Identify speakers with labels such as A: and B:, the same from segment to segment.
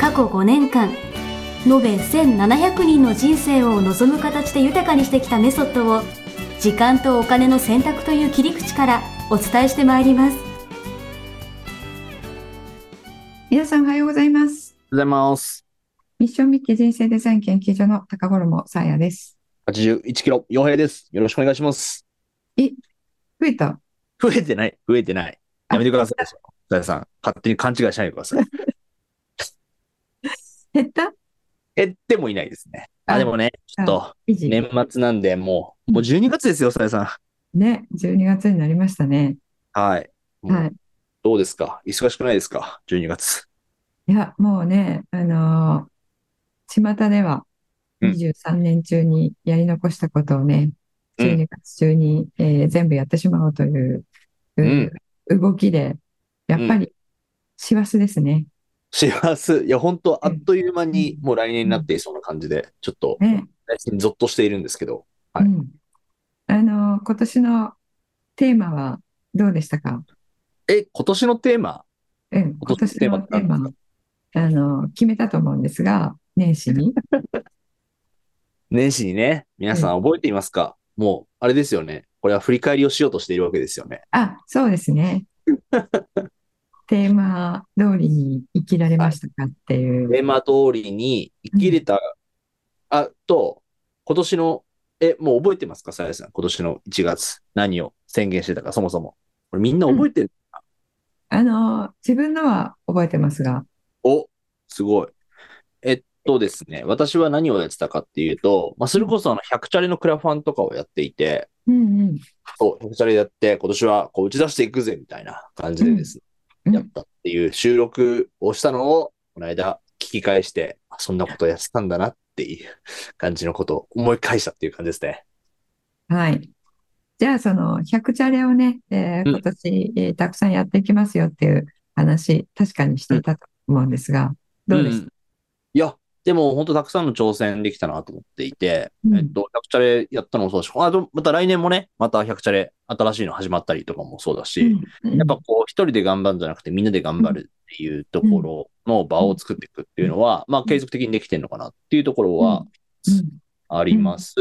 A: 過去5年間延べ1700人の人生を望む形で豊かにしてきたメソッドを時間とお金の選択という切り口からお伝えしてまいります
B: 皆さんおはようございます。
C: おはようございます。
B: ミッションミッキー人生デザイン研究所の高衣さあやです。
C: 81キロ、洋平です。よろしくお願いします。
B: 増えた
C: 増えてない、増えてない。やめてくださ い。大地さん、勝手に勘違いしないでくださ い。
B: 減った
C: 減ってもいないですね。
B: あ
C: あ、でもね、ちょっと、
B: 維持ね
C: 年末なんで、もう、もう12月ですよ、大地さ
B: 12月になりましたね。
C: ん。はい。もう
B: はい。
C: どうですか忙しくないですか ?12 月。
B: いや、もうね、あのー巷では
C: うん
B: 23年中にやり残したことをね、
C: うん
B: 12月中に、えー全部やってしまおうという、
C: うん
B: 動きで、やっぱり、師走ですね。
C: 幸せ。いや、本当あっという間に、もう来年になっていそうな感じで、ちょっと、
B: ね。
C: 内心ゾッとしているんですけど。はい
B: うん、あの今年のテーマはどうでしたか、
C: え、今年のテーマ
B: うん、
C: 今年のテーマ
B: 今年のテーマあの決めたと思うんですが年始 に
C: 年始にね、皆さん覚えていますか、もう、あれですよね。これは振り返りをしようとしているわけですよね。
B: あそうです ねテーマ通りに生きられましたかっていう、
C: テーマ通りに生きれた、あと、今年の、え、もう覚えてますかさやさん。今年の1月、何を宣言してたか、そもそも。これみんな覚えてる、
B: あの自分のは覚えてますが
C: お、すごい。えっとですね、私は何をやってたかっていうと、まあ、それこそあの、100チャレのクラファンとかをやっていて、
B: うんうん
C: そう、100チャレやって、今年はこう打ち出していくぜ、みたいな感じでですね、
B: うん
C: やったっていう収録をしたのを、この間、聞き返して、あそんなことやってたんだなっていう感じのことを思い返したっていう感じですね。
B: はいじゃあその100チャレをね、えー
C: うん
B: 今年、えーたくさんやっていきますよっていう話確かにしていたと思うんですが、どうでした
C: んいや、でも本当たくさんの挑戦できたなと思っていて、
B: うん
C: えっと、100チャレやったのもそうだし、あとまた来年もね、また100チャレ新しいの始まったりとかもそうだし、
B: うん
C: やっぱこう一人で頑張るんじゃなくてみんなで頑張るっていうところの場を作っていくっていうのは、まあ継続的にできてるのかなっていうところはあります。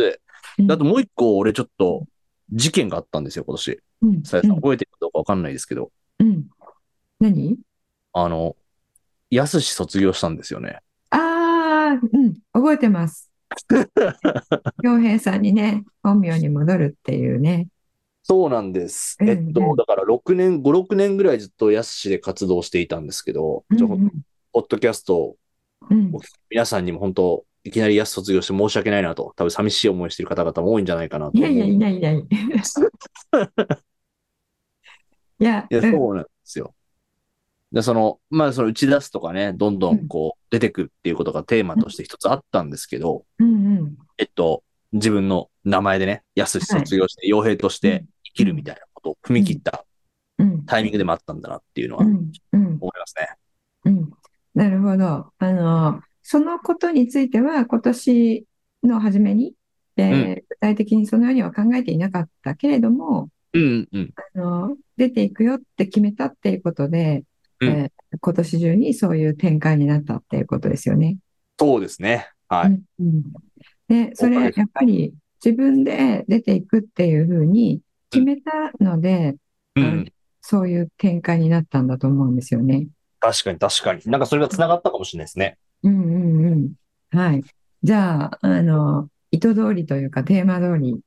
B: うん
C: であともう一個俺ちょっと事件があったんですよ、今年。
B: うん
C: さやさん覚えてるかどうかわかんないですけど、
B: うんうん何
C: あの、やすし卒業したんですよね。
B: ああ、うん、覚えて ます。洋平さんにね、本名に戻るっていうね。
C: そうなんです。
B: うん
C: え
B: うん
C: っと、だから6年、5、6年ぐらいずっとやすしで活動していたんですけど、
B: うん
C: ち
B: う
C: ょ
B: ん
C: ポッドキャストを
B: うん
C: お聞きの皆さんにも本当、いきなりやす卒業して申し訳ないなと、多分寂しい思いしてる方々も多いんじゃないかなと
B: い
C: 思
B: や
C: う。
B: いや、い
C: い
B: ないい ない。いや、
C: や、
B: うん
C: そうなんですよ。で、その、まあ、その打ち出すとかね、どんどんこう、出てくっていうことがテーマとして一つあったんですけど、
B: うんうん。
C: えっと、自分の名前でね、やすし卒業して、傭兵として生きるみたいなことを踏み切った
B: うん
C: タイミングでもあったんだなっていうのは
B: う
C: 思い
B: んうん
C: ますね。
B: うん。なるほど。あの、そのことについては、今年の初めに、えー
C: う
B: 具体的にそのようには考えていなかったけれども、
C: うん、うん。
B: あの、出ていくよって決めたっていうことで、
C: うん
B: えー今年中にそういう展開になったっていうことですよね。
C: そうですね。は
B: う
C: い。
B: んうんで、それ、
C: は
B: やっ
C: い
B: ぱり自分で出ていくっていうふうに決めたので、う
C: う
B: んそういう展開になったんだと思うんですよね。
C: 確かに確かに。なんかそれが繋がったかもしれないですね。
B: うんうんうん。はい。じゃあ、あの、意図通りというか、テーマ通り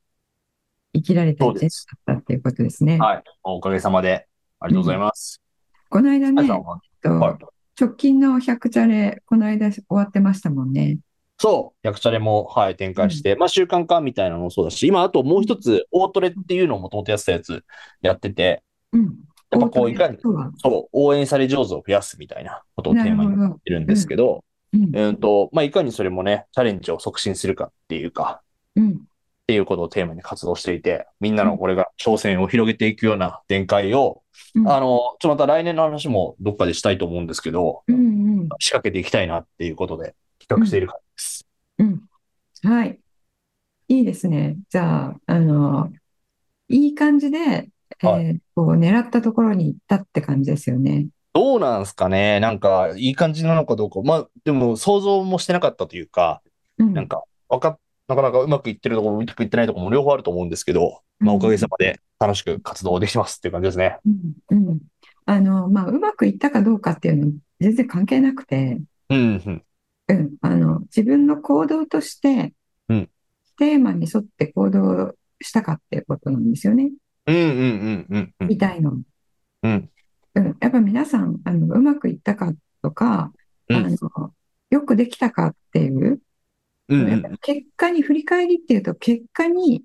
B: 生きられた
C: そ
B: 一
C: うで
B: 年
C: す
B: だったっていうことですね。
C: はい。おかげさまで。ありがとうございます。
B: この間
C: あ
B: ね、
C: りがとうございます
B: えっと
C: はい
B: 直近の100チャレ、この間終わってましたもんね。
C: そう。役者でも、はい、展開して、まあ、習慣化みたいなのもそうだし、今、あともう一つ、オートレっていうのをもともとやってたやつやってて、
B: うん。
C: やっぱこう、いかに、
B: とは。
C: そう、応援され上手を増やすみたいなことをテーマにや
B: なるほど。
C: ってるんですけど、
B: うん
C: うんと、まあ、いかにそれもね、チャレンジを促進するかっていうか、
B: うん
C: っていうことをテーマに活動していて、みんなのこれが挑戦を広げていくような展開を、
B: うん
C: あの、ちょっとまた来年の話もどっかでしたいと思うんですけど、
B: うんうん
C: 仕掛けていきたいなっていうことで企画している感じです。
B: うんはい。いいですね。じゃあ、あの、いい感じで、えー
C: は
B: こう狙ったところに行ったって感じですよね。
C: どうなんすかねなんか、いい感じなのかどうか。まあ、でも、想像もしてなかったというか、
B: うん
C: なんか、わかっ、なかなかうまくいってるところも、うまくいってないところも両方あると思うんですけど、まあ、おかげさまで楽しく活動できてますっていう感じですね。
B: うんうんあの、まあ、うまくいったかどうかっていうのは全然関係なくて、
C: うん、うん。
B: うん、あの、自分の行動として、
C: うん
B: テーマに沿って行動したかっていうことなんですよね。
C: うん、うん、うん、うん。
B: みたいの。
C: うん。
B: うん、やっぱ皆さん、あの、うまくいったかとか、
C: うん
B: あの、よくできたかっていう、
C: うん、う
B: やっぱ
C: ん。
B: 結果に振り返りっていうと、結果に、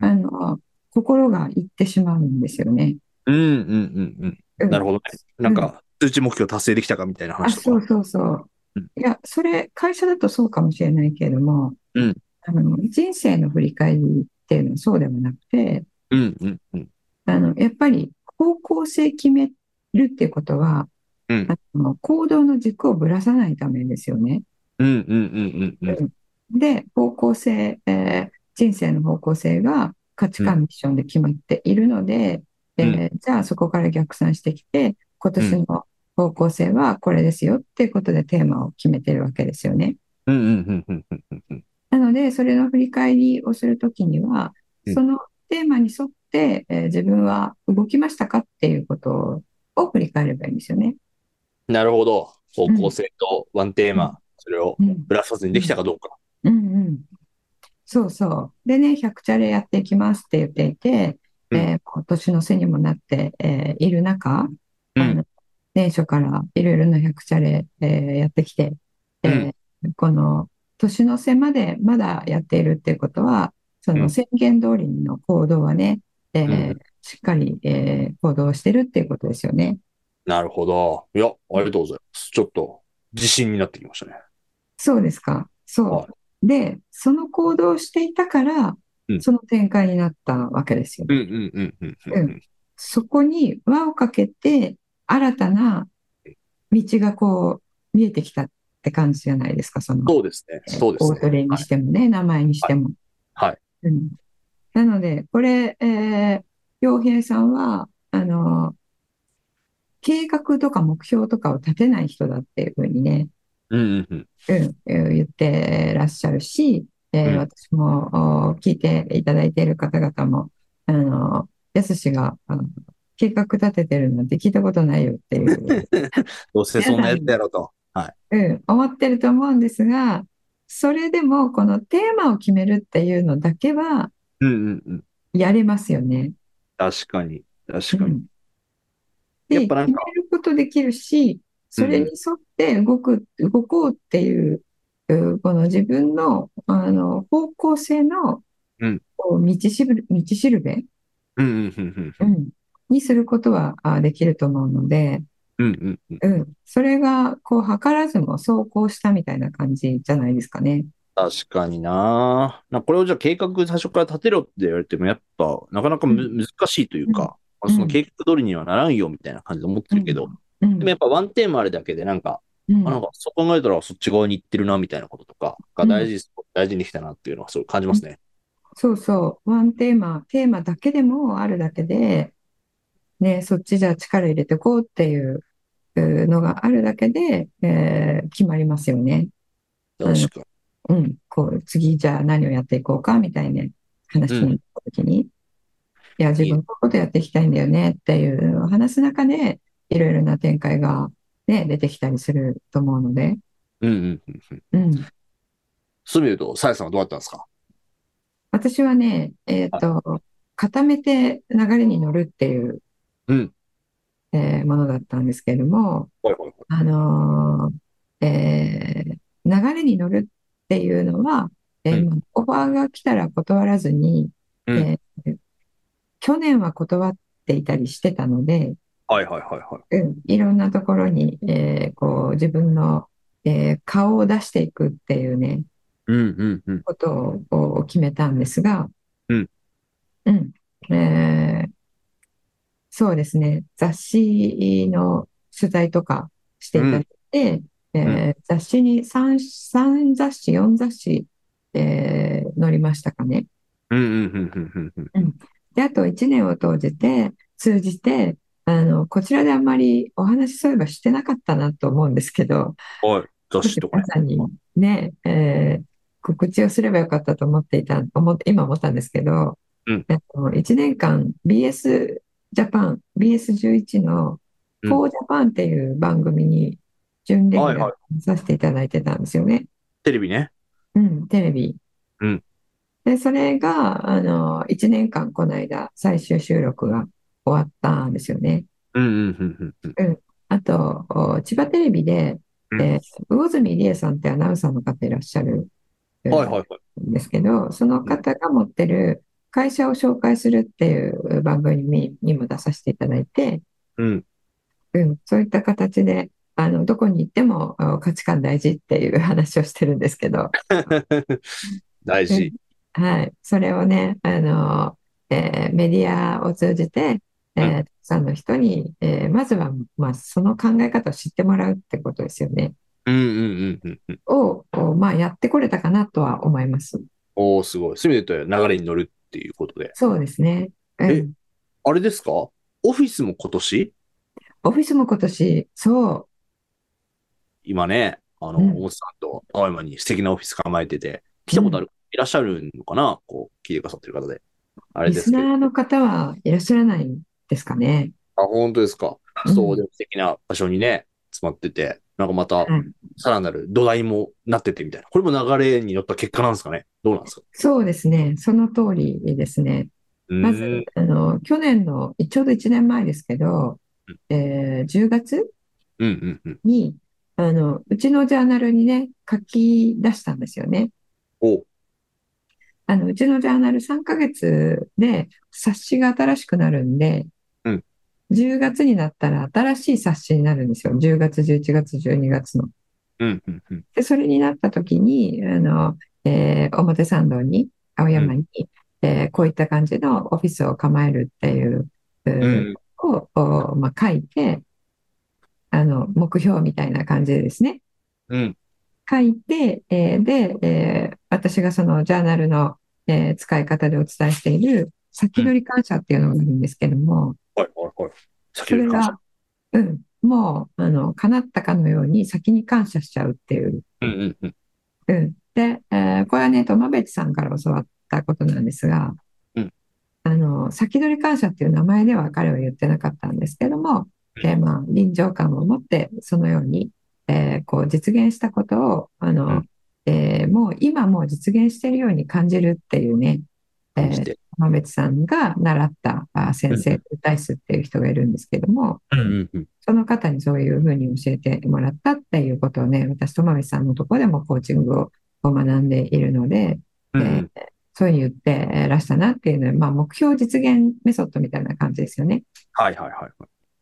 B: あの、心がいってしまうんですよね。
C: うん、うん、うん、
B: う
C: うん。
B: ん
C: なるほどね。なんか、数値目標達成できたかみたいな
B: あ、
C: 話と
B: そう
C: か。。
B: そうそううんいや、それ、会社だとそうかもしれないけれども、
C: うん
B: あの、人生の振り返りっていうのはそうでもなくて、
C: うん、うん、うん。
B: あの、やっぱり方向性決めるっていうことは、
C: うん
B: あの、行動の軸をぶらさないためですよね。
C: うん、うん、うん、うん、うん。
B: で、方向性、えー人生の方向性が価値観、ミッションで決まっているので、えーじゃあそこから逆算してきて、今年の方向性はこれですよっていうことでテーマを決めてるわけですよね。
C: うん、うん、うん、うん、うん、うん。
B: なので、それの振り返りをするときには
C: うん、
B: そのテーマに沿って、えー自分は動きましたかっていうことを振り返ればいいんですよね。
C: なるほど。方向性とワンテーマ、
B: うん
C: それを
B: うん、
C: ぶらさずにできたかどうか。
B: うんうん。そうそう。でね、100チャレやっていきますって言っていて、
C: うん
B: えー今年の瀬にもなって、えーいる中、
C: うん
B: あの年初からいろいろな100チャレ、えーやってきて、えーこの年の瀬までまだやっているっていうことは、そ
C: うん
B: の宣言通りの行動はね、えー
C: うん
B: しっかり、えー行動してるっていうことですよね。
C: なるほど。いや、ありがとうございます。ちょっと、自信になってきましたね。
B: そうですか。
C: は
B: そう。で、その行動をしていたから
C: うん、
B: その展開になったわけですよ。
C: うんうんうんうんうんうん。
B: そこに輪をかけて、新たな道がこう、見えてきたって感じじゃないですか、その、
C: そうですね。そうです
B: 大トレ
C: ね。
B: にしてもね、名前にしても。
C: はいはい
B: うんなので、これ、えー、洋平さんは、あの、計画とか目標とかを立てない人だっていうふうにね、
C: うんうんうん。
B: うん、えー言ってらっしゃるし、えー
C: うん
B: 私もお聞いていただいている方々も、あの、やすしが、あの計画立ててるなんて聞いたことないよって いう、
C: どうせそんなやつやろと。
B: うん、思ってると思うんですが、それでもこのテーマを決めるっていうのだけは
C: うんうんうん。
B: やれますよね。
C: 確かに。確
B: う
C: かに。
B: んで、
C: やっぱなん
B: 決
C: か
B: めることできるし、それに沿って動く、動こうっていう、うこの自分の、あの、方向性の、
C: うん
B: こう道しる、道しるべ、
C: うんうんうん
B: う
C: うん。
B: ん、にすることはあできると思うので、
C: うんうんうん。
B: うん、それが、こう、図らずも走行したみたいな感じじゃないですかね。
C: 確かにななんかこれをじゃあ計画最初から立てろって言われても、やっぱ、なかなかむ
B: う
C: 難しいというか、
B: うん
C: その計画通りにはならんよみたいな感じで思ってるけど、
B: うん、
C: でもやっぱワンテーマあれだけで、なんか、
B: うん
C: あなんかそう考えたらそっち側に行ってるなみたいなこととかが大事です、大事に来たなっていうのはそう感じますね。
B: そうそう、ワンテーマ、テーマだけでもあるだけで、ね、そっちじゃ力入れてこうっていううのがあるだけで、えー決まりますよね。うん
C: 確かに。
B: うん、こう、次じゃあ何をやっていこうかみたいな話になった時に、いや、自分のことやっていきたいんだよねっていうのを話す中で、いろいろな展開が、ね、出てきたりすると思うので、
C: うんうんうんうん。
B: うん。
C: そういう意味で言うと、さやさんはどうだったんですか
B: 私はね、えっと、固めて流れに乗るっていう、
C: うん
B: えーものだったんですけれども、
C: はいはいはい。
B: あのーえー流れに乗るっていうのは、えー
C: うん
B: まあオファーが来たら断らずに、
C: うん
B: えー去年は断っていたりしてたので、
C: はいはいはいはい。
B: うん、いろんなところに、えーこう自分のえー顔を出していくっていうね、
C: うんうんうん。
B: ことをを決めたんですが、
C: うん。
B: うん。えーそうですね。雑誌の取材とかしていただいて、えー雑誌に3、三雑誌、4雑誌、えー載りましたかね。
C: うんうんうんうんうんうん。
B: で、あと1年を通じて、通じて、あの、こちらであんまりお話しそういえばしてなかったなと思うんですけど、
C: おい、ど
B: も
C: し
B: し
C: とこれ
B: 皆。さんにね、えー告知をすればよかったと思っていた、思って、今思ったんですけど、
C: うん
B: えっと、1年間 BS ジャパン、BS11 の
C: うん
B: For Japan っていう番組に準レギュ
C: はい
B: ラ
C: は
B: ーにさせていただいてたんですよね。
C: テレビね。
B: うん、テレビ。
C: うん
B: で、それが、あの、1年間、この間、最終収録が終わったんですよね。
C: うんうんうんうんうん。
B: あと、お千葉テレビで、
C: うん
B: えー魚住理恵さんってアナウンサーの方いらっしゃるえー
C: はいはいはい。
B: んですけど、その方が持ってる会社を紹介するっていう番組にも出させていただいて、
C: うん。
B: うん、そういった形で、あの、どこに行ってもあ価値観大事っていう話をしてるんですけど、
C: 大事。
B: はい、それをね、あの、えーメディアを通じて、えーた
C: う
B: くさんの人に、えーまずは、まあ、その考え方を知ってもらうってことですよね。
C: うんうんうんうんうん。
B: を、おまあ、やってこれたかなとは思います。
C: おー、すごい。そういう意味で言うと流れに乗るっていうことで。
B: そうですね。うん
C: えあれですかオフィスも今年
B: オフィスも今年、そう、
C: 今ね、あの、
B: うん
C: 大津さんと青山に素敵なオフィス構えてて、来たことある、いらっしゃるのかなこう、聞いてくださってる方で。あれ
B: リ
C: で
B: ス
C: すけど。あ、
B: ナーの方はいらっしゃらないんですかね。
C: 本当ですか。
B: うん
C: そう、でも素敵な場所にね、詰まってて、なんかま
B: は
C: た、
B: い
C: さらなる土台もなっててみたいな。これも流れに乗った結果なんですかねどうなんですか
B: そうですね。その通りですね。ま
C: うー
B: ず
C: ん、
B: あの、去年の、ちょうど1年前ですけど
C: うん、
B: えー10月
C: うんうんうん。
B: に、あの、うちのジャーナルにね、書き出したんですよね。
C: お
B: あの、うちのジャーナル3ヶ月で冊子が新しくなるんで、
C: うん
B: 10月になったら新しい冊子になるんですよ。10月、11月、12月の。
C: うんうんうん。
B: で、それになった時に、あの、えー表参道に、青山に、えーこういった感じのオフィスを構えるっていう、
C: うん。
B: を、おまあ、書いて、あの、目標みたいな感じでですね。
C: うん。
B: 書いて、えーで、えー私がそのジャーナルの、えー使い方でお伝えしている先取り感謝っていうのがあるんですけども、
C: はいはいはい。先
B: そ
C: ほど
B: れ
C: 言った
B: が、うん、もう、あの、叶ったかのように先に感謝しちゃうっていう。
C: うんうんうん。
B: うん。で、えーこれはね、友淵さんから教わったことなんですが
C: うん、
B: あの、先取り感謝っていう名前では彼は言ってなかったんですけども、
C: うん
B: えーまあ、臨場感を持って、そのように、えーこう、実現したことを、あ
C: う
B: の
C: ん、
B: えーもう今もう実現しているように感じるっていうね、え
C: 感じ
B: ー
C: て。
B: 友淵さんが習ったあ先生、大スっていう人がいるんですけども、
C: うんうんうん。
B: その方にそういうふうに教えてもらったっていうことをね、私、友部さんのところでもコーチングを学んでいるので、
C: うんう
B: え
C: ん
B: ーそういうふうに言ってらしたなっていうのは、まあ、目標実現メソッドみたいな感じですよね。
C: はいはいはい。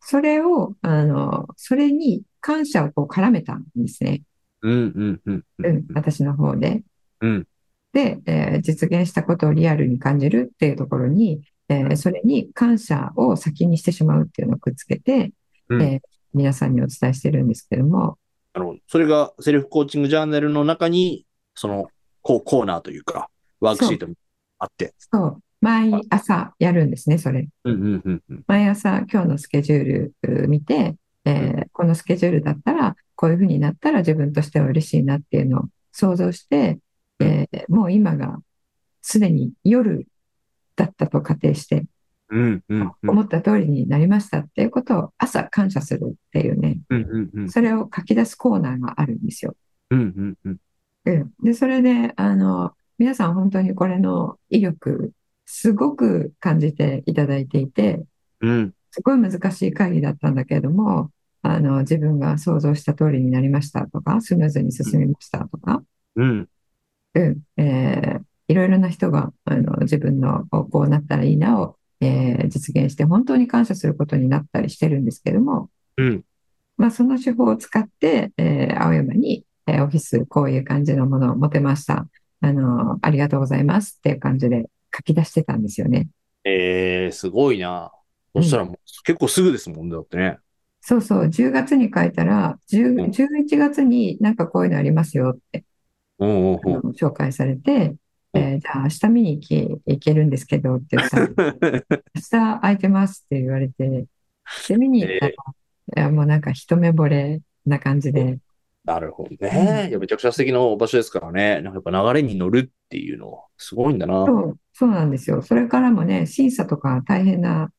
B: それを、あの、それに感謝をこう絡めたんですね。
C: うんうんうんう
B: うんん、私の方で。
C: うん
B: で、えー実現したことをリアルに感じるっていうところに、えーそれに感謝を先にしてしまうっていうのをくっつけて、
C: うん
B: えー皆さんにお伝えしてるんですけども、
C: あの、それがセルフコーチングジャーナルの中に、その、こう、コーナーというか、ワークシートあって。
B: そう、毎朝やるんですね、それ。
C: うんうんうんうん。
B: 毎朝今日のスケジュールう見て、えーこのスケジュールだったら、こういうふうになったら自分としては嬉しいなっていうのを想像して、えーもう今がすでに夜だったと仮定して、
C: うんうんうん。
B: 思った通りになりましたっていうことを朝感謝するっていうね、
C: うんうんうん。
B: それを書き出すコーナーがあるんですよ。
C: うんうんうん。
B: うん、で、それで、あの、皆さん本当にこれの威力、すごく感じていただいていて、
C: うん
B: すごい難しい会議だったんだけれども、あの、自分が想像した通りになりましたとか、スムーズに進みましたとか、
C: うん
B: うん、えーいろいろな人が、あの、自分のこうこうなったらいいなを、えー実現して本当に感謝することになったりしてるんですけども、
C: うん
B: まあ、その手法を使って、えー青山に、えーオフィス、こういう感じのものを持てました。あの、ありがとうございますっていう感じで書き出してたんですよね。
C: ええすごいな。そしたらもう結構すぐですもんね、だってね。
B: そうそう、10月に書いたら、
C: うん
B: 10 11月になんかこういうのありますよって、
C: うんうん
B: あの紹介されて、えーじゃあ明日見に行き行けるんですけどって言った ら、
C: うん。
B: 明日空いてますって言われて、で、見に行ったら、いやもうなんか一目惚れな感じで、
C: なるほどね。いやめちゃくちゃ素敵な場所ですからね。なんかやっぱ流れに乗るっていうのはすごいんだな。
B: そう、そうなんですよ。それからもね、審査とか大変な、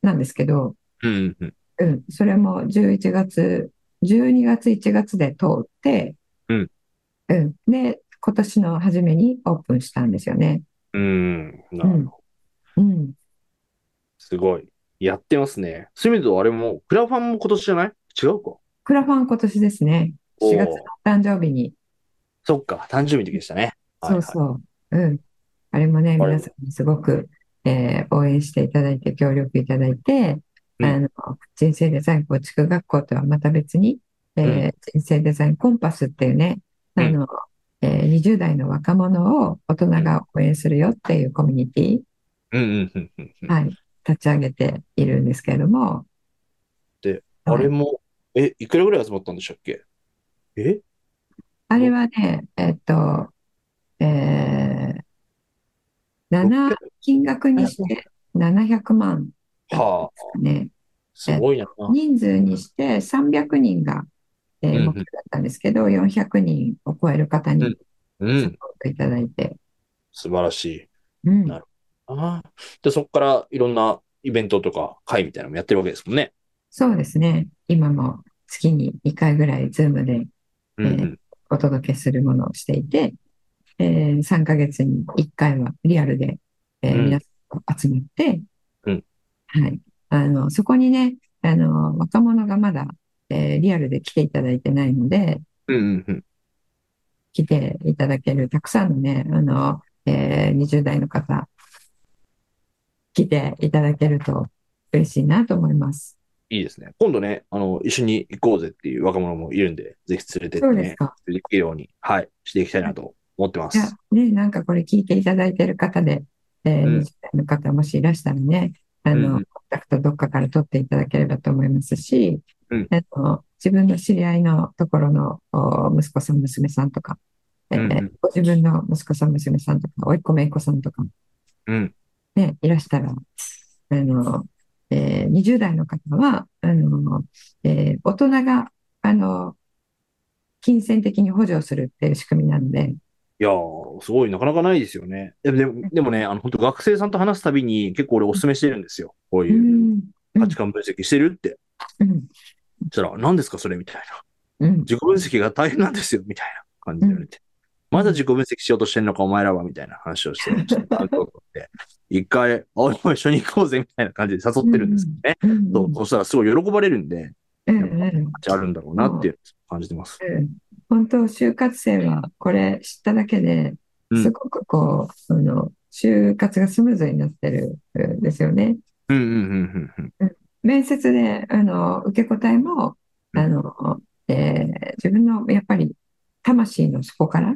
B: なんですけど、
C: うんうん。
B: うん、それも11月、12月、1月で通って、
C: うん。
B: うん。で、今年の初めにオープンしたんですよね。
C: うん。なるほど。
B: うん。
C: すごい。やってますね。そういう意味ではあれも、クラファンも今年じゃない違うか。
B: クラファン今年ですね。4月
C: おー
B: の誕生日に。
C: そっか、誕生日の時でしたね。はい
B: そ
C: は
B: うそう。
C: い
B: うん。あれもね、
C: あれ
B: 皆さんにすごく、えー応援していただいて、協力いただいて、
C: うん
B: あの、人生デザイン構築学校とはまた別に、えー人生デザインコンパスっていうね、あの、えー20代の若者を大人が応援するよっていうコミュニティ、
C: うんうんうんうんうん。
B: はい、立ち上げているんですけれども、
C: で、
B: はい
C: あれも、え、いくらぐらい集まったんでしたっけえ
B: あれはね、えっと、えー、7、金額にして700万
C: はあ、
B: ね、
C: すごいな。
B: 人数にして300人が、えー
C: うんうん
B: 目標だったんですけど、400人を超える方に
C: う
B: サポー
C: ん、
B: トいただいて、
C: 素晴らしい。
B: うん
C: なるああ。で、そこからいろんなイベントとか会みたいなのもやってるわけですもんね。
B: そうですね、今も月に2回ぐらい、ズームで
C: う
B: え
C: んうん。
B: お届けするものをしていて、えー3ヶ月に1回はリアルで、えー
C: うん
B: 皆さんが集まって、
C: うん
B: はい、あのそこにねあの、若者がまだ、えーリアルで来ていただいてないので、
C: うんうんうん。
B: 来ていただけるたくさんのね、あの、えー20代の方、来ていただけると嬉しいなと思います。
C: いいですね。今度ね、あの、一緒に行こうぜっていう若者もいるんで、ぜひ連れてって
B: そうです
C: ね、
B: か。
C: 連れていけるように、はい、していきたいなと思ってま
B: じゃ
C: す。
B: あね、なんかこれ聞いていただいてる方で、えー
C: うん
B: 20代の方もしいらしたらね、あ
C: うん
B: の、
C: うん
B: コンタクトどっかから取っていただければと思いますし、
C: うん
B: あと自分の知り合いのところのお息子さん、娘さんとか、えー
C: うんうん
B: ご自分の息子さん、娘さんとか、おいっ子、めいっ子さんとか、
C: うん。
B: ね、いらしたら、あの、えー20代の方は、あの、えー大人が、あの、金銭的に補助をするっていう仕組みなので、
C: いやー、すごい、なかなかないですよね。ででもでもね、あの、本当学生さんと話すたびに、結構俺お勧めしてるんですよ。こう
B: う
C: いう。
B: ん、
C: 価値観分析してるって。
B: うん、
C: そしたら、何ですかそれみたいな。
B: うん、
C: 自己分析が大変なんですよ、みたいな感じで言われて。まだ自己分析しようとしてんのか、お前らは、みたいな話を して、ちょっとなんと思って、一回、青山一緒に行こうぜ、みたいな感じで誘ってるんですよね。
B: うん、
C: そう、そしたらすごい喜ばれるんで、
B: うん、
C: やっ
B: う
C: ぱ
B: ん、
C: 価値あるんだろうなっていうのを感じてます。
B: うん本当、就活生はこれ知っただけで
C: うん
B: すごくこう、あの、就活がスムーズになってるんですよね。
C: うんうんうんうん
B: 面接で、あの、受け答えも、あの、えー自分のやっぱり魂の底から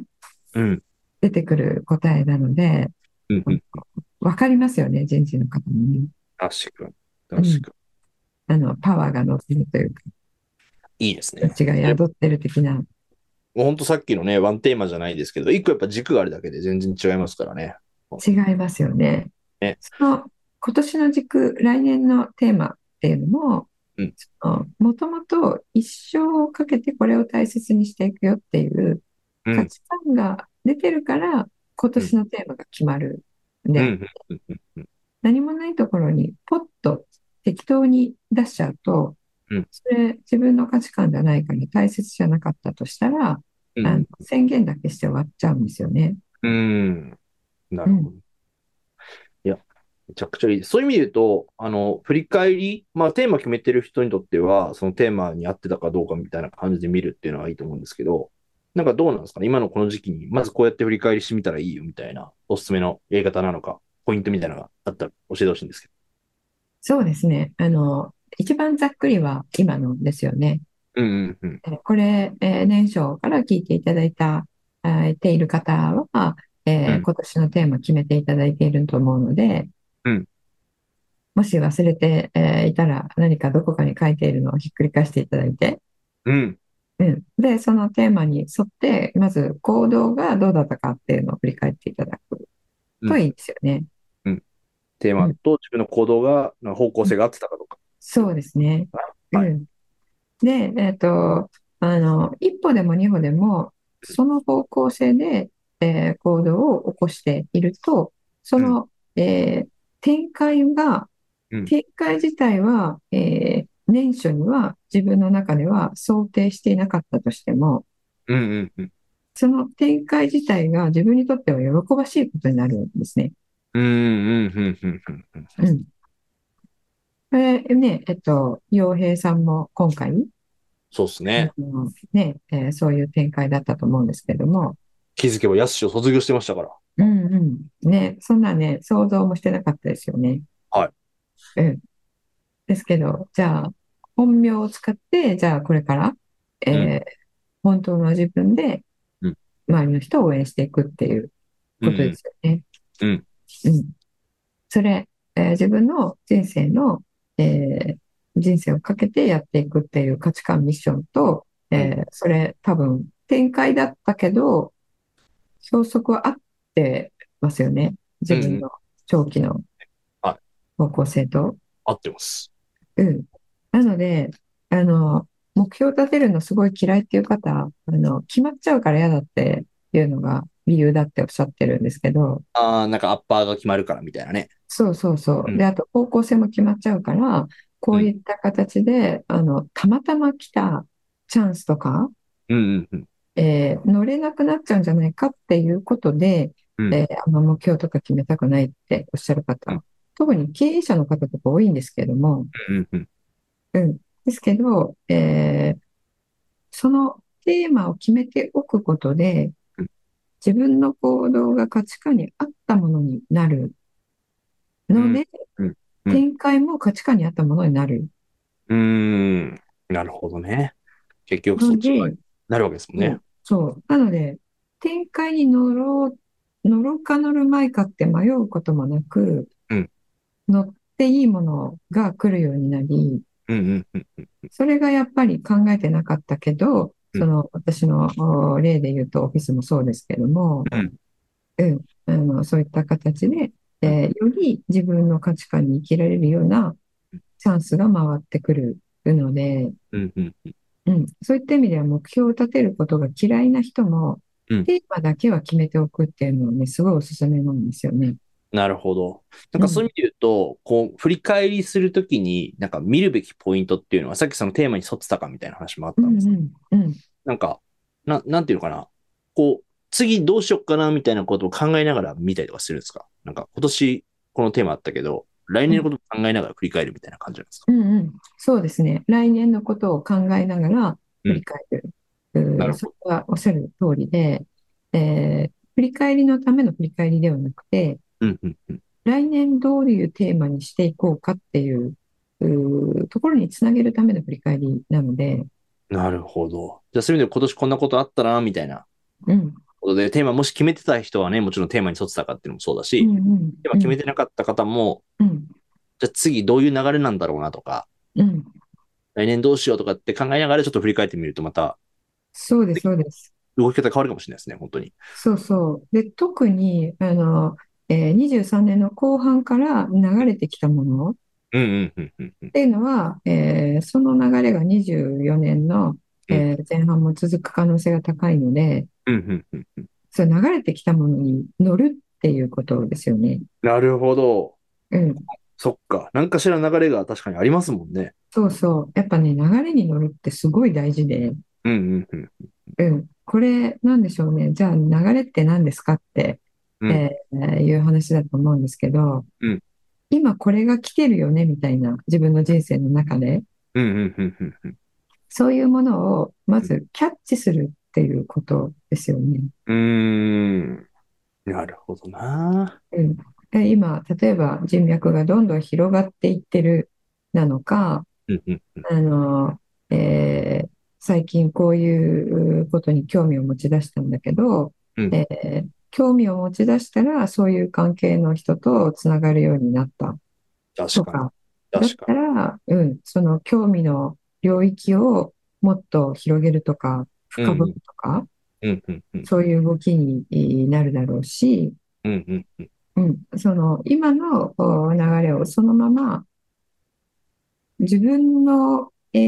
C: うん。うん
B: 出てくる答えなので、
C: うんうん。
B: わかりますよね、人事の方にね。
C: 確かに。確かに。
B: あの、パワーが乗ってるというか、
C: いいですね。
B: 命が宿ってる的な。
C: もう本当さっきのね、ワンテーマじゃないですけど、一個やっぱ軸があるだけで全然違いますからね。
B: 違いますよね
C: ね。
B: その今年の軸、来年のテーマっていうのも
C: うん、
B: もともと一生をかけてこれを大切にしていくよっていう
C: う
B: 価
C: ん。
B: 値観が出てるから、今年のテーマが決まるん
C: う
B: で、
C: ん。うんうんうん
B: 何もないところにポッと適当に出しちゃうと
C: うん、
B: それ自分の価値観じゃないから大切じゃなかったとしたら、
C: うん
B: あの宣言だけして終わっちゃうんですよね。
C: うん。なるほど。いや、めちゃくちゃいいです。そういう意味で言うと、あの、振り返り、まあ、テーマ決めてる人にとっては、そのテーマに合ってたかどうかみたいな感じで見るっていうのはいいと思うんですけど、なんかどうなんですかね今のこの時期に、まずこうやって振り返りしてみたらいいよみたいな、おすすめのやり方なのか、ポイントみたいなのがあったら教えてほしいんですけ
B: そうですね。あの、一番ざっくりは今のですよね。
C: うんうんうん。
B: えーこれ、えー年初から聞いていただいた、えーている方は、えー
C: うん
B: 今年のテーマ決めていただいていると思うので
C: うん、
B: もし忘れて、えーいたら何かどこかに書いているのをひっくり返していただいて、
C: うん。
B: うん、で、そのテーマに沿って、まず行動がどうだったかっていうのを振り返っていただくといいですよね。
C: テーマと自分の行動が、なんか方向性が合ってたかどうか。
B: そうですね。
C: はい
B: うん。で、えっと、あの、一歩でも二歩でも、その方向性で、えー行動を起こしていると、その、えー展開が
C: うん、
B: 展開自体は、えー年初には自分の中では想定していなかったとしても、
C: うんうんうん。
B: その展開自体が自分にとっては喜ばしいことになるんですね。
C: うんうんうんうんうんうん。
B: うん。これね、えっと、洋平さんも今回、
C: そうですね。
B: あのね、えーそういう展開だったと思うんですけども、
C: 気づけばやすしを卒業してましたから。
B: うんうん。ね、そんなね、想像もしてなかったですよね。。
C: はい
B: うん。ですけど、じゃあ、本名を使って、じゃあこれから、えー本当の自分で、
C: うん
B: 周りの人を応援していくっていうことですよね。
C: うんうん
B: うんそれ、えー自分の人生の、えー人生をかけてやっていくっていう価値観ミッションと、えーそれ多分展開だったけど、消息は合ってますよね。自分の長期の
C: は
B: 方向性と。
C: 合ってます。
B: うん。なので、あの、目標立てるのすごい嫌いっていう方、あの、決まっちゃうから嫌だっていうのが理由だっておっしゃってるんですけど、
C: ああ、なんかアッパーが決まるからみたいなね。
B: そうそうそうう。
C: ん
B: で、あと方向性も決まっちゃうから、こういった形で、あの、たまたま来たチャンスとか、
C: うんうん
B: えー乗れなくなっちゃうんじゃないかっていうことで、
C: うん。うん
B: えーあんま目標とか決めたくないっておっしゃる
C: う
B: 方
C: ん、
B: 特に経営者の方とか多いんですけども、
C: うんうん。
B: うん。ですけど、えーそのテーマを決めておくことで
C: うん、
B: 自分の行動が価値観に合ったものになるので
C: うん、うん
B: 展開も価値観に合ったものになる
C: うーん。なるほどね。結局そ
B: の
C: っ
B: で、
C: ちになるわけですもんね。
B: そう。なので、展開に乗ろう、乗ろうか乗るまいかって迷うこともなく
C: うん、
B: 乗っていいものが来るようになり、
C: うんうんうんうん。
B: それがやっぱり考えてなかったけど、
C: うん
B: その私のお例で言うとオフィスもそうですけども、
C: うん
B: うん、あのそういった形で、えーより自分の価値観に生きられるようなチャンスが回ってくるので、
C: うんうんうん。
B: うん、そういった意味では目標を立てることが嫌いな人も、
C: うん
B: テーマだけは決めておくっていうのはね、すごいおすすめなんですよね。
C: なるほど。なんかそういう意味で言うと、こう、振り返りするときに、なんか見るべきポイントっていうのは、さっきそのテーマに沿ってたかみたいな話もあった
B: うん
C: ですけど
B: んうん、
C: なんか、な、なんていうのかな。こう、次どうしよっかなみたいなことを考えながら見たりとかするんですかなんか、今年このテーマあったけど、来年のことを考えながら振り返るみたいな感じなんです
B: う
C: か
B: んうん、そうですね。来年のことを考えながら振り返る。うん
C: なるほど
B: そこはおっしゃる通りで、えー振り返りのための振り返りではなくて、
C: うん、うん、うん。
B: 来年どういうテーマにしていこうかっていう、うんところにつなげるための振り返りなので、
C: なるほど。じゃあ、そういう意味で今年こんなことあったな、みたいな
B: うん、
C: ことで、テーマもし決めてた人はね、もちろんテーマに沿ってたかっていうのもそうだし、
B: うんうん、
C: テーマ決めてなかった方も、
B: うん、
C: じゃあ次どういう流れなんだろうなとか、
B: うん、
C: 来年どうしようとかって考えながらちょっと振り返ってみると、また
B: そうです、そうです。
C: 動き方変わるかもしれないですね、本当に。
B: そうそう。で、特に、あの、えー23年の後半から流れてきたもの
C: うん、うん、うん、うんうん
B: っ。ていうのは、えーその流れが24年の、えー前半も続く可能性が高いので、
C: うん、うん、うんうん。
B: そう流れてきたものに乗るっていうことですよね。
C: なるほど。
B: うん、
C: そっか。何かしら流れが確かにありますもんね。
B: そうそう。やっぱね、流れに乗るってすごい大事で、
C: うんうん
B: うん、これなんでしょうね。じゃあ流れって何ですかって、
C: うん
B: えーいう話だと思うんですけど
C: うん、
B: 今これが来てるよねみたいな自分の人生の中で、
C: うん。うんうんうんうんうん。
B: そういうものをまずキャッチするっていうことですよね。
C: うーん。なるほどな。
B: うん、で今、例えば人脈がどんどん広がっていってるなのか、
C: うんうんうん。
B: あの、えー最近こういうことに興味を持ち出したんだけど、
C: うん
B: えー興味を持ち出したら、そういう関係の人とつながるようになったと
C: 確か
B: か、
C: に。
B: だっ
C: 確
B: た
C: かに。
B: ら、うん、その興味の領域をもっと広げるとか、深掘るとか、
C: うんうんうん。
B: そういう動きになるだろうし、
C: うんうんうん。
B: うん、その今のこう流れをそのまま自分の、え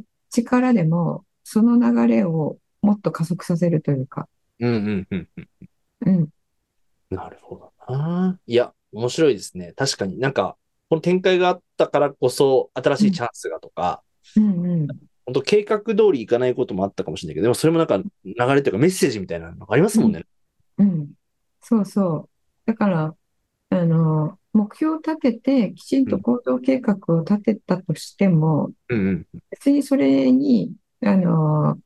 B: ー力でもその流れをもっと加速させるというか、
C: うんうんうんうん。
B: うん、
C: なるほどな。いや、面白いですね。確かになんか、この展開があったからこそ、新しいチャンスがとか、
B: うん、うん、
C: 本当計画通りいかないこともあったかもしれないけど、でもそれもなんか流れというかメッセージみたいなのがありますもんね。
B: うん、そうそう。だから、あの、目標を立てて、きちんと行動計画を立てたとしても、
C: うんうん。
B: 別にそれに、あの、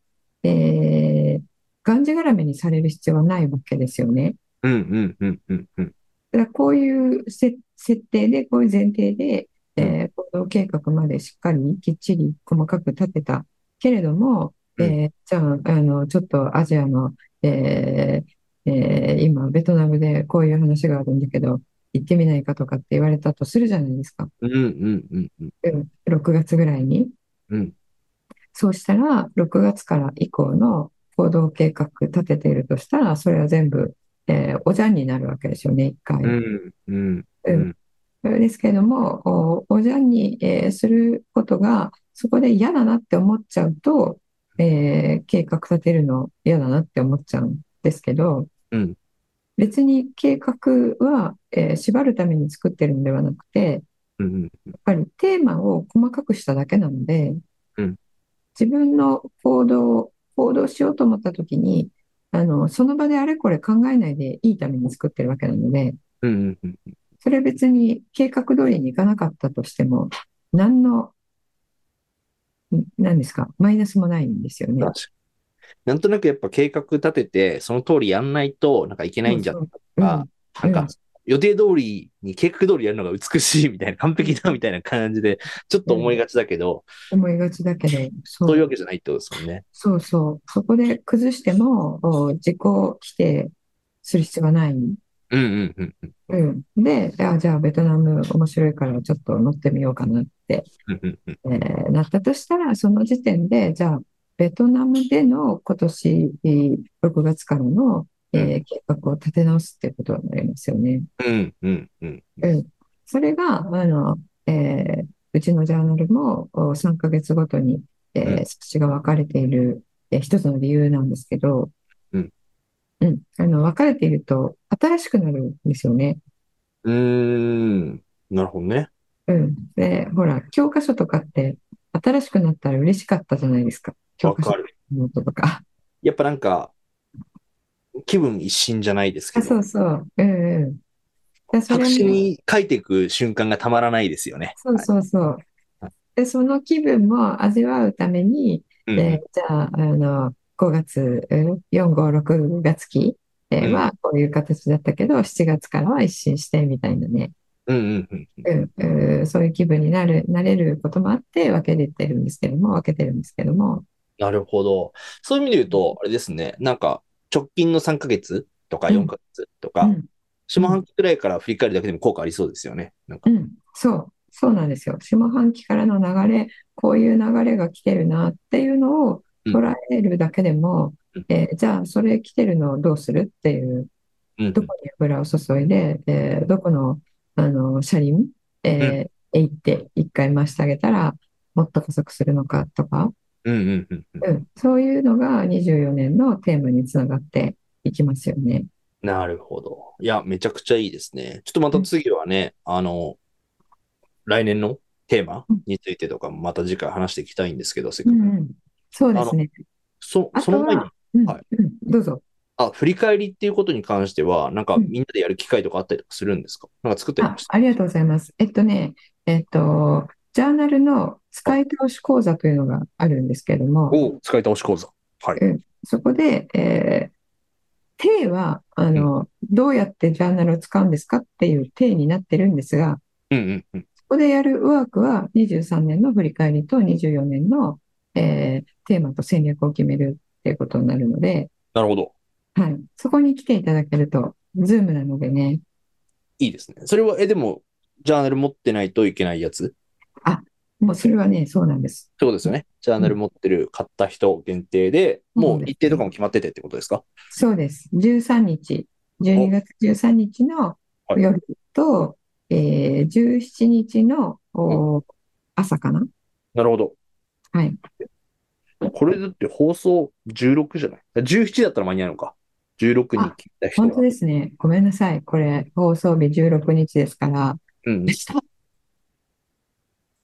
B: えーがんじがらめにされる必要はないわけですよね。
C: うんうんうんうんうん。
B: だからこういうせ設定で、こういう前提で、えー行動計画までしっかりきっちり細かく立てたけれども、
C: うん
B: えーじゃあ、あの、ちょっとアジアの、えーえー今、ベトナムでこういう話があるんだけど、行ってみないかとかって言われたとするじゃないですか。
C: うんうんうんうん。
B: うん、6月ぐらいに。
C: うん
B: そうしたら、6月から以降の行動計画立てているとしたら、それは全部、えーおじゃんになるわけですよね、一回。
C: うんうんう
B: うん
C: ん。
B: ですけれども、お、おじゃんに、えーすることが、そこで嫌だなって思っちゃうと、えー計画立てるの嫌だなって思っちゃうんですけど、
C: うん
B: 別に計画は、えー縛るために作ってるのではなくて、
C: うん
B: やっぱりテーマを細かくしただけなので、
C: うん
B: 自分の行動を、行動しようと思ったときに、あの、その場であれこれ考えないでいいために作ってるわけなので、
C: うんうんうん。
B: それは別に計画通りにいかなかったとしても、何の、ん何ですか、マイナスもないんですよね
C: 確。かになんとなくやっぱ計画立てて、その通りやんないと、なんかいけないんじゃ
B: そ
C: な
B: ううん
C: いか、
B: う
C: なんんか予定通りに計画通りやるのが美しいみたいな、完璧だみたいな感じで、ちょっと思いがちだけど、
B: 思いがちだけど、そ
C: そういう
B: う、
C: わけじゃないってことですもんね。
B: そうそう、そこで崩しても、お自己規定する必要はない。
C: うんうんうんうん
B: うん、で、あ、じゃあベトナム面白いからちょっと乗ってみようかなって、
C: うんうんうん。
B: えーなったとしたら、その時点で、じゃあ、ベトナムでの今年えー6月からの、えー計画を立て直すっていうことになりますよね。
C: うんうんうん
B: うん、それが、あの、えーうちのジャーナルもお3ヶ月ごとに、えー
C: うん
B: 冊子が分かれている、えー一つの理由なんですけど、
C: うん
B: うん、あの、分かれていると新しくなるんですよね。
C: うーん。なるほどね。
B: うん。で、ほら、教科書とかって新しくなったら嬉しかったじゃないですか。教
C: わ
B: 科書
C: かる。
B: のこととか。
C: やっぱなんか、気分一新じゃないですけ
B: あ、そ
C: ど
B: う、そう。うんうん。で、そ
C: 白
B: れ
C: 紙
B: も、
C: に書いていく瞬間がたまらないですよね。
B: そうそうそう。で、その気分も味わうために、
C: うんうん
B: で、じゃあ、あの、5月、うん4、5、6月期えー
C: うん
B: はこういう形だったけど、7月からは一新してみたいなね。
C: うんうんうん。
B: うん、うんそういう気分になる、なれることもあって分けれてるんですけども、分けてるんですけども。
C: なるほど。そういう意味で言うと、あれですね、なんか、直近の3ヶ月とか
B: うん
C: 4ヶ月と
B: う
C: か、
B: ん
C: 下半期くらいから振り返るだけでも効果ありそうですよね。なんか、
B: うん、そう、そうなんですよ。下半期からの流れ、こういう流れが来てるなっていうのを
C: うん
B: 捉えるだけでも
C: うん、
B: えーじゃあ、それ来てるのをどうするっていう、
C: うん
B: どこに油を注いで、えーどこの、あの車輪、えーへ行って一回回してあげたら、もっと加速するのかとか、
C: うんうんうんうん。
B: うん、そういうのが24年のテーマにつながっていきますよね。
C: なるほど。いや、めちゃくちゃいいですね。ちょっとまた次はね、あの、来年のテーマについてとかもまた次回話していきたいんですけど、せっ
B: う
C: かく
B: んうん、そうですね。
C: そ
B: あ
C: そ
B: と
C: の前に
B: は、、うん
C: はい
B: うんどうぞ。
C: あ、振り返りっていうことに関しては、なんか
B: うん
C: みんなでやる機会とかあったりとかするんですかなんか作ってあり
B: あ
C: まし、た。
B: ありがとうございます。えっとね、えっと、ジャーナルの使い倒し講座というのがあるんですけれども、
C: お使い倒し講座。はい。
B: そこで、えー、体は、あの、どうやってジャーナルを使うんですかっていう体になってるんですが、
C: うんうんうん。
B: そこでやるワークは23年の振り返りと24年の、えーテーマと戦略を決めるっていうことになるので、
C: なるほど。
B: はい。そこに来ていただけると、ズームなのでね、
C: いいですね。それは、え、でも、ジャーナル持ってないといけないやつって
B: もうそれはね、そうなんです。
C: ことですよね。ジャーナル持ってる、買った人限定で、も
B: そう
C: う
B: です
C: 日程とかも決まっててってことですか
B: そうです。13日、12月13日の
C: はい
B: 夜と、えー17日のお朝かな。
C: なるほど。
B: はい。
C: これだって放送16じゃない ?17 だったら間に合うのか。16に聞いた人
B: 本当
C: が。
B: ですね。ごめんなさい。これ、放送日16日ですから、
C: うん。
B: 明
C: い
B: 日、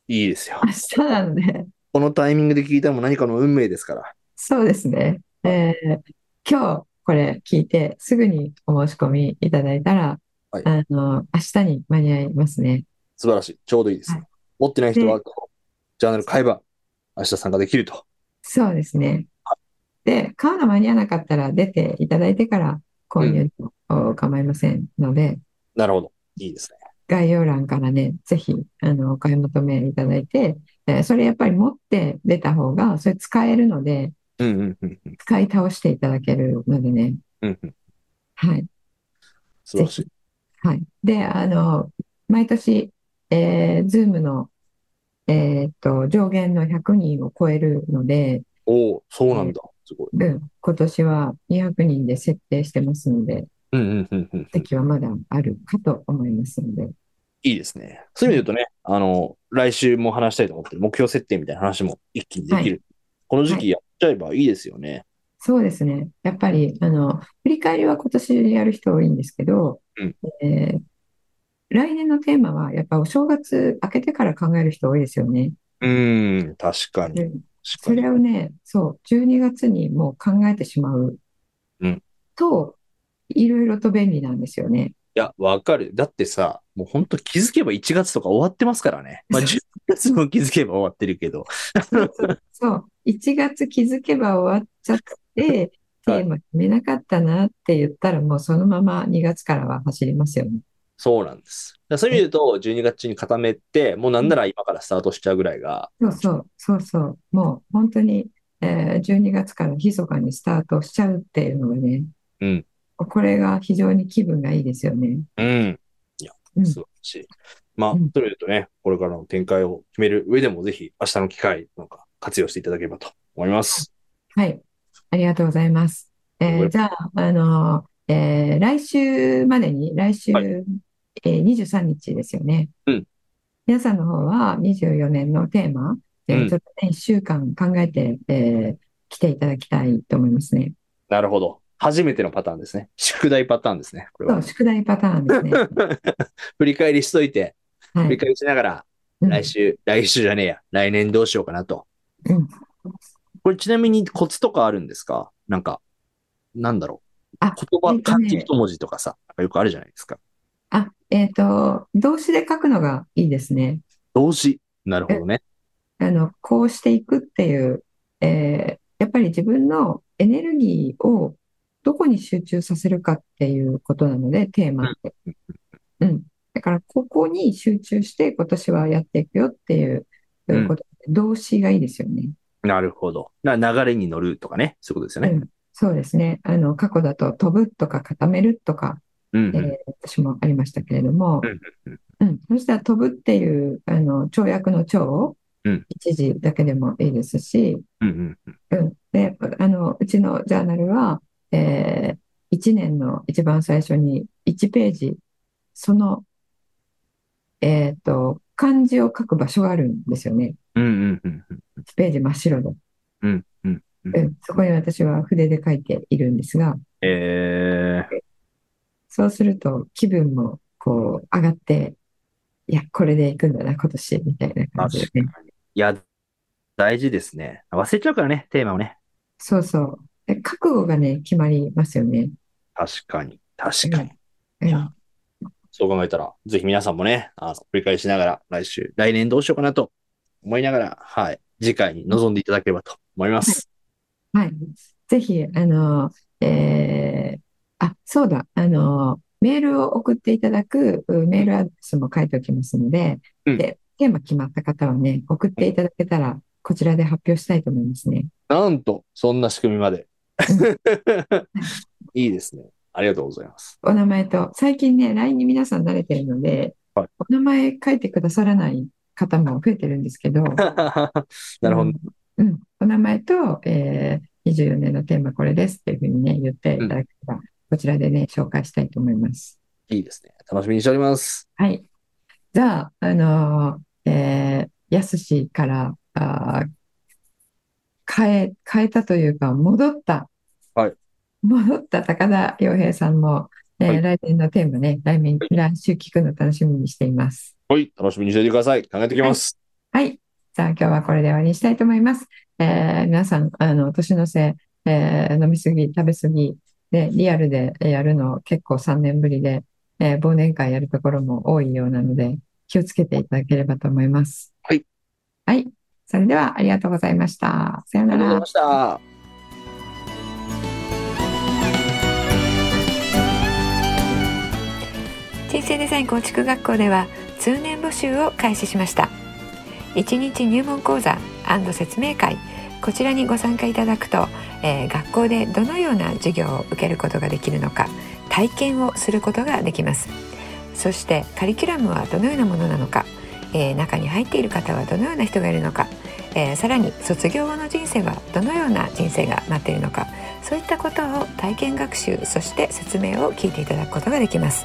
C: いですよ。
B: 明日なので、
C: このタイミングで聞いたのも何かの運命ですから。
B: そうですね。えー今日これ聞いて、すぐにお申し込みいただいたら、
C: はい
B: あの、明日に間に合いますね。
C: 素晴らしい。ちょうどいいですね。
B: は
C: 持ってない人は
B: で、
C: ジャーナル買えば、明日参加できると。
B: そうですね。で、買うの間に合わなかったら出ていただいてから購入もお構いませんので、
C: なるほど。いいですね。
B: 概要欄からね、ぜひ、あの、お買い求めいただいて、えーそれやっぱり持って出た方が、それ使えるので、
C: うんうんうんうん
B: 使い倒していただけるのでね、
C: うんうん。
B: はい。
C: 素晴らしい。
B: はい。で、あの、毎年、えー、ズームの、えーっと、上限の100人を超えるので、
C: おお、そうなんだ。すごい。
B: うん、今年は200人で設定してますので、
C: うんうんうんうんうん。
B: 席はまだあるかと思いますので、
C: いいですね。そういう意味で言うとね、あの、来週も話したいと思ってる目標設定みたいな話も一気にできる。この時期やっちゃえばいいですよね。
B: そうですね。やっぱり、あの、振り返りは今年やる人多いんですけど
C: うん、
B: えー来年のテーマは、やっぱお正月明けてから考える人多いですよね。
C: うーん、確かに。
B: うん
C: 確
B: そ
C: かに。
B: れをね、そう、12月にもう考えてしまう
C: うん
B: と、いろいろと便利なんですよね。
C: いや、わかる。だってさ、もう本当気づけば1月とか終わってますからね。まあ、10月も気づけば終わってるけど。
B: そう、1月気づけば終わっちゃって、テーマ決めなかったなって言ったら、もうそのまま2月からは走りますよね。
C: そうなんです。だからそういう意味で言うと、12月に固めて、もうなんなら今からスタートしちゃうぐらいが、
B: そうそう、そうそう、もう本当に、えー12月から密かにスタートしちゃうっていうのがね
C: うん、
B: これが非常に気分がいいですよね。
C: うん。いや
B: う、ん
C: 素晴らしい。まあ、
B: う
C: と
B: ん
C: いう意味で言うとね、これからの展開を決める上でも、ぜひ明日の機会なんか活用していただければと思います。
B: はい、ありがとうございます。えーじゃあ、あのーえー来週までに、来週、
C: はい
B: えー23日ですよね
C: うん。
B: 皆さんの方は24年のテーマ、えー
C: うん
B: ちょっとね、1週間考えて、えー来ていただきたいと思いますね。
C: なるほど。初めてのパターンですね。宿題パターンですね。これ
B: そう、
C: は。
B: 宿題パターンです ね。
C: 振り返りしといて、
B: は
C: 振り
B: い。
C: 返りしながら、来週、来週じゃねえや。来年どうしようかなと。
B: うん
C: これちなみにコツとかあるんですかなんか、なんだろう。
B: あ
C: 言
B: え
C: 葉、
B: っと
C: 漢
B: ね
C: 字一文字とかさ、なんかよくあるじゃないですか。
B: あ、えっと、動詞で書くのがいいですね。
C: 動詞。なるほどね。
B: あの、こうしていくっていう、えーやっぱり自分のエネルギーをどこに集中させるかっていうことなので、テーマって。うん。だから、ここに集中して今年はやっていくよっていう
C: うん
B: ことで、動詞がいいですよね。
C: なるほど。な流れに乗るとかね。そういうことですよ
B: う
C: ね。
B: ん。そうですね。あの、過去だと飛ぶとか固めるとか、
C: うんうん。
B: えー私もありましたけれども
C: うん、
B: うん、そしたら飛ぶっていう、あの、跳躍の跳を
C: うん
B: 一時だけでもいいですし、
C: うんうんうん。
B: うん、で、あの、うちのジャーナルは、え1年の一番最初に1ページ、その、えっと、漢字を書く場所があるんですよね。
C: うんうんうんうん。
B: 1ページ真っ白で。
C: うんうんうん
B: うん、そこに私は筆で書いているんですが、
C: えー、
B: そうすると気分もこう上がって、いや、これで行くんだな、今年、みたいな感じでね。
C: いや、大事ですね。忘れちゃうからね、テーマをね。
B: そうそう。で覚悟がね、決まりますよね。
C: 確かに。確かに。
B: うん
C: いやそう考えたら、ぜひ皆さんもね、あの繰り返しながら、来週、来年どうしようかなと思いながら、はい、次回に臨んでいただければと思います。
B: はい。ぜひ、あの、えーあ、そうだ、あの、メールを送っていただくうメールアドレスも書いておきますので、
C: うん
B: で、テーマ決まった方はね、送っていただけたら、こちらで発表したいと思いますね。
C: なんと、そんな仕組みまで。 いいですね。ありがとうございます。
B: お名前と、最近ね、LINE に皆さん慣れてるので、
C: はい
B: お名前書いてくださらない方も増えてるんですけど、
C: なる
B: う
C: ほど。
B: ん。うんお名前と、えー、24年のテーマこれですっていうふうにね、言っていただければ、こちらでね、紹介したいと思います。
C: いいですね。楽しみにしております。
B: はい。じゃあ、あのーえー、やすしから、あー変え、変えたというか、戻った、
C: はい
B: 戻った高田洋平さんも、えー
C: はい
B: 来年のテーマね、来年、来週聞くの楽しみにしています。
C: はい。楽しみにしていてください。考えてきます。
B: はい。じゃあ、今日はこれで終わりにしたいと思います。えー皆さん、あの、年の瀬、えー飲みすぎ、食べすぎ、で、リアルでやるの結構3年ぶりで、えー忘年会やるところも多いようなので、気をつけていただければと思います。
C: はい。
B: はい。それでは、ありがとうございました。さような
C: ありがとうござい
B: ら
C: ま。した。
D: 人生デザイン構築学校では通年募集を開始しました1日入門講座説明会こちらにご参加いただくと、えー学校でどのような授業を受けることができるのか体験をすることができますそしてカリキュラムはどのようなものなのか、えー中に入っている方はどのような人がいるのか、えーさらに卒業後の人生はどのような人生が待っているのかそういったことを体験学習そして説明を聞いていただくことができます